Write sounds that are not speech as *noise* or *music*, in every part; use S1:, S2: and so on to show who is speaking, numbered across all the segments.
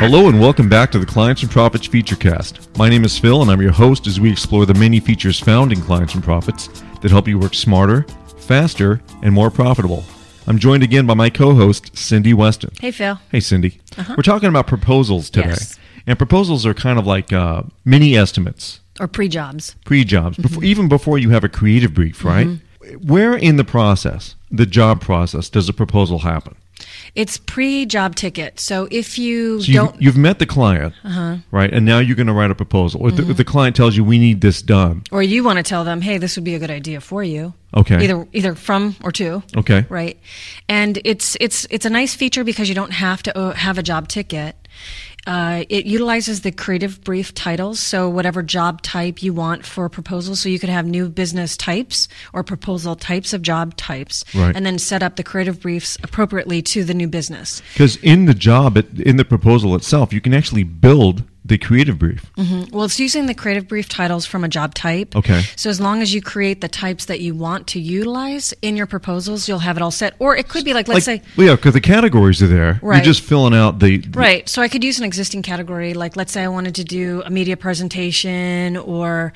S1: Hello and welcome back to the Clients and Profits Featurecast. My name is Phil and I'm your host as we explore the many features found in Clients and Profits that help you work smarter, faster, and more profitable. I'm joined again by my co-host Cindy Weston.
S2: Hey, Phil.
S1: Hey, Cindy. We're talking about proposals today,
S2: Yes.
S1: and proposals are kind of like uh, mini estimates,
S2: Or pre jobs.
S1: pre-jobs, before, even before you have a creative brief, right? Where in the process, the job process, does a proposal happen?
S2: It's pre job ticket. So if you
S1: So
S2: don't, Uh-huh.
S1: you've, you've met the client, right? And now you're going to write a proposal. If,
S2: Mm-hmm.
S1: the, if the client tells you we need this done,
S2: or you want to tell them, hey, this would be a good idea for you.
S1: Okay.
S2: Either either from or to.
S1: okay,
S2: Right. And it's it's it's a nice feature because you don't have to uh, have a job ticket. Uh, it utilizes the creative brief titles, so whatever job type you want for a proposal, so you could have new business types or proposal types of job types,
S1: Right.
S2: and then set up the creative briefs appropriately to the new business.
S1: because in the job, it, in the proposal itself, you can actually build the creative brief.
S2: Well, it's using the creative brief titles from a job type.
S1: Okay.
S2: So as long as you create the types that you want to utilize in your proposals, you'll have it all set. Or it could be like, let's
S1: like,
S2: say,
S1: well, yeah, because the categories are there.
S2: Right.
S1: You're just filling out the, the-
S2: right. So I could use an existing category. Like, let's say I wanted to do a media presentation or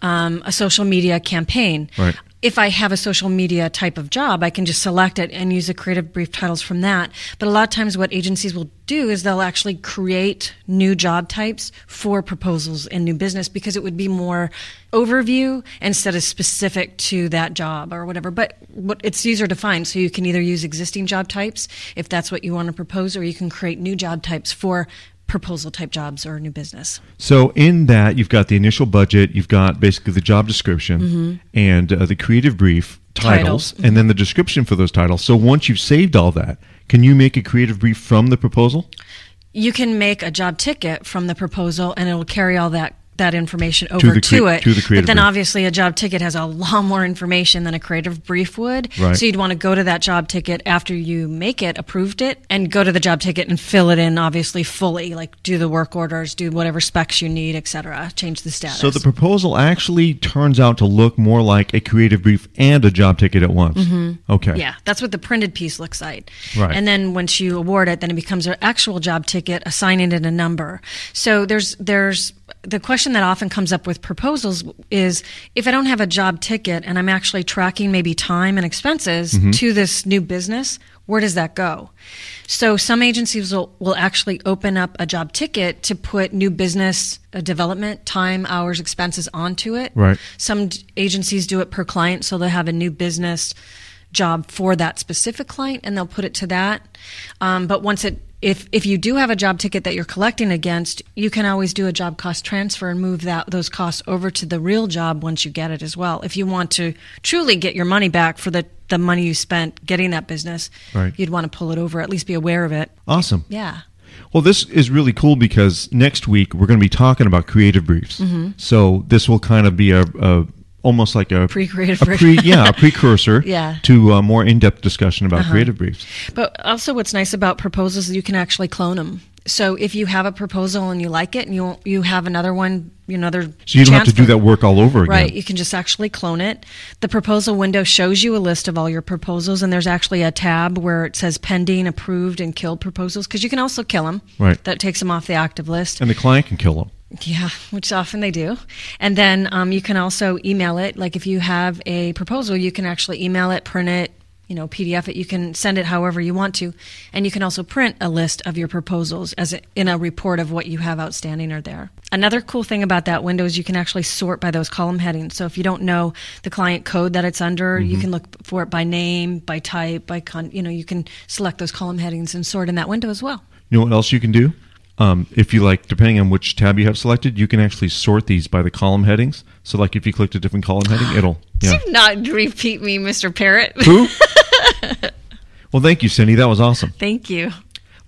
S2: um, a social media campaign.
S1: Right.
S2: If I have a social media type of job, I can just select it and use the creative brief titles from that. But a lot of times, what agencies will do is they'll actually create new job types for proposals and new business because it would be more overview instead of specific to that job or whatever. But what, it's user defined, so you can either use existing job types if that's what you want to propose, or you can create new job types for proposal type jobs or new business.
S1: So in that, you've got the initial budget, you've got basically the job description and uh, the creative brief titles,
S2: Mm-hmm. Titles. Mm-hmm.
S1: and then the description for those titles. So once you've saved all that, can you make a creative brief from the proposal?
S2: you can make a job ticket from the proposal and it'll carry all that that information over to,
S1: the crea-
S2: it.
S1: to the creative
S2: but then
S1: brief.
S2: obviously a job ticket has a lot more information than a creative brief would.
S1: Right.
S2: So you'd want to go to that job ticket after you make it, approved it, and go to the job ticket and fill it in obviously fully, like do the work orders, do whatever specs you need, et cetera, change the status.
S1: So the proposal actually turns out to look more like a creative brief and a job ticket at once. Okay.
S2: Mm-hmm. Yeah, that's what the printed piece looks like.
S1: Right.
S2: And then once you award it, then it becomes an actual job ticket, assigning it a number. So there's there's the question that often comes up with proposals is if I don't have a job ticket and I'm actually tracking maybe time and expenses
S1: Mm-hmm.
S2: to this new business, where does that go? So some agencies will, will actually open up a job ticket to put new business uh, development, time, hours, expenses onto it.
S1: Right.
S2: Some d- agencies do it per client, so they'll have a new business job for that specific client, and they'll put it to that. Um, but once it, if if you do have a job ticket that you're collecting against, you can always do a job cost transfer and move that those costs over to the real job once you get it as well. If you want to truly get your money back for the the money you spent getting that business,
S1: Right.
S2: you'd want to pull it over. At least be aware of it.
S1: Awesome.
S2: Yeah.
S1: Well, this is really cool because next week we're going to be talking about creative briefs.
S2: Mm-hmm.
S1: So this will kind of be a, a almost like a
S2: Pre-creative
S1: a
S2: brief.
S1: pre, yeah,
S2: *laughs*
S1: a precursor
S2: Yeah. Uh-huh.
S1: to a more in-depth discussion about creative briefs.
S2: But also, what's nice about proposals is you can actually clone them. So if you have a proposal and you like it, and you you have another one, you know, another
S1: So you don't have
S2: chance
S1: to do
S2: for-
S1: that work all over again.
S2: Right, you can just actually clone it. The proposal window shows you a list of all your proposals, and there's actually a tab where it says pending, approved, and killed proposals because you can also kill them.
S1: Right.
S2: that takes them off the active list.
S1: And the client can kill them.
S2: Yeah, which often they do. And then um, you can also email it. Like if you have a proposal, you can actually email it, print it, you know, PDF it. You can send it however you want to. And you can also print a list of your proposals as a, in a report of what you have outstanding or there. Another cool thing about that window is you can actually sort by those column headings. So if you don't know the client code that it's under, you can look for it by name, by type, by con, you know, you can select those column headings and sort in that window as well.
S1: You know what else you can do? Um, if you like, depending on which tab you have selected, you can actually sort these by the column headings. So, like, if you clicked a different column heading, it'll yeah.
S2: Do *laughs* not repeat me, Mr. Parrot.
S1: Who? well, thank you, Cindy. That was awesome.
S2: Thank you.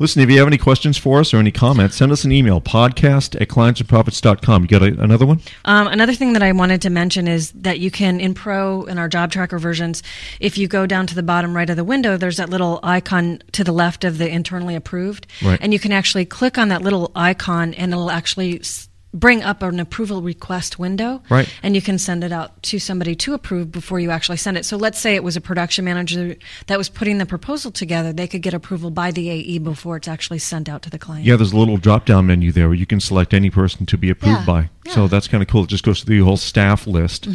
S1: Listen, if you have any questions for us or any comments, send us an email podcast at clientsandprofits.com. You got a, another one?
S2: Um, another thing that I wanted to mention is that you can in Pro in our job tracker versions, if you go down to the bottom right of the window, there's that little icon to the left of the internally approved,
S1: Right.
S2: and you can actually click on that little icon, and it'll actually s- bring up an approval request window
S1: Right.
S2: and you can send it out to somebody to approve before you actually send it so let's say it was a production manager that was putting the proposal together they could get approval by the ae before it's actually sent out to the client
S1: Yeah, there's a little drop down menu there where you can select any person to be approved
S2: Yeah,
S1: by. So
S2: yeah. Mm-hmm.
S1: that's kind of cool. It just goes through the whole staff list.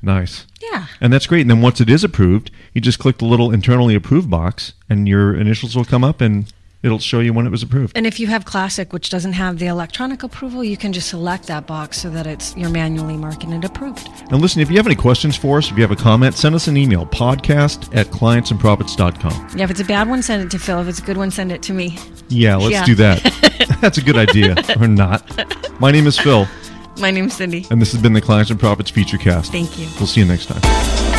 S1: Nice.
S2: Yeah.
S1: And that's great. And then once it is approved, you just click the little internally approved box and your initials will come up and it'll show you when it was approved.
S2: and if you have classic which doesn't have the electronic approval you can just select that box so that it's you're manually marking it approved
S1: And listen, if you have any questions for us, if you have a comment, send us an email podcast at clientsandprofits.com.
S2: yeah if it's a bad one send it to phil if it's a good one send it to me
S1: Yeah, let's
S2: Yeah.
S1: do
S2: *laughs*
S1: that. *laughs* that's a good idea, or not. My name is Phil,
S2: my name's cindy
S1: and this has been the Clients and Profits Feature Cast.
S2: Thank you.
S1: We'll see you next time.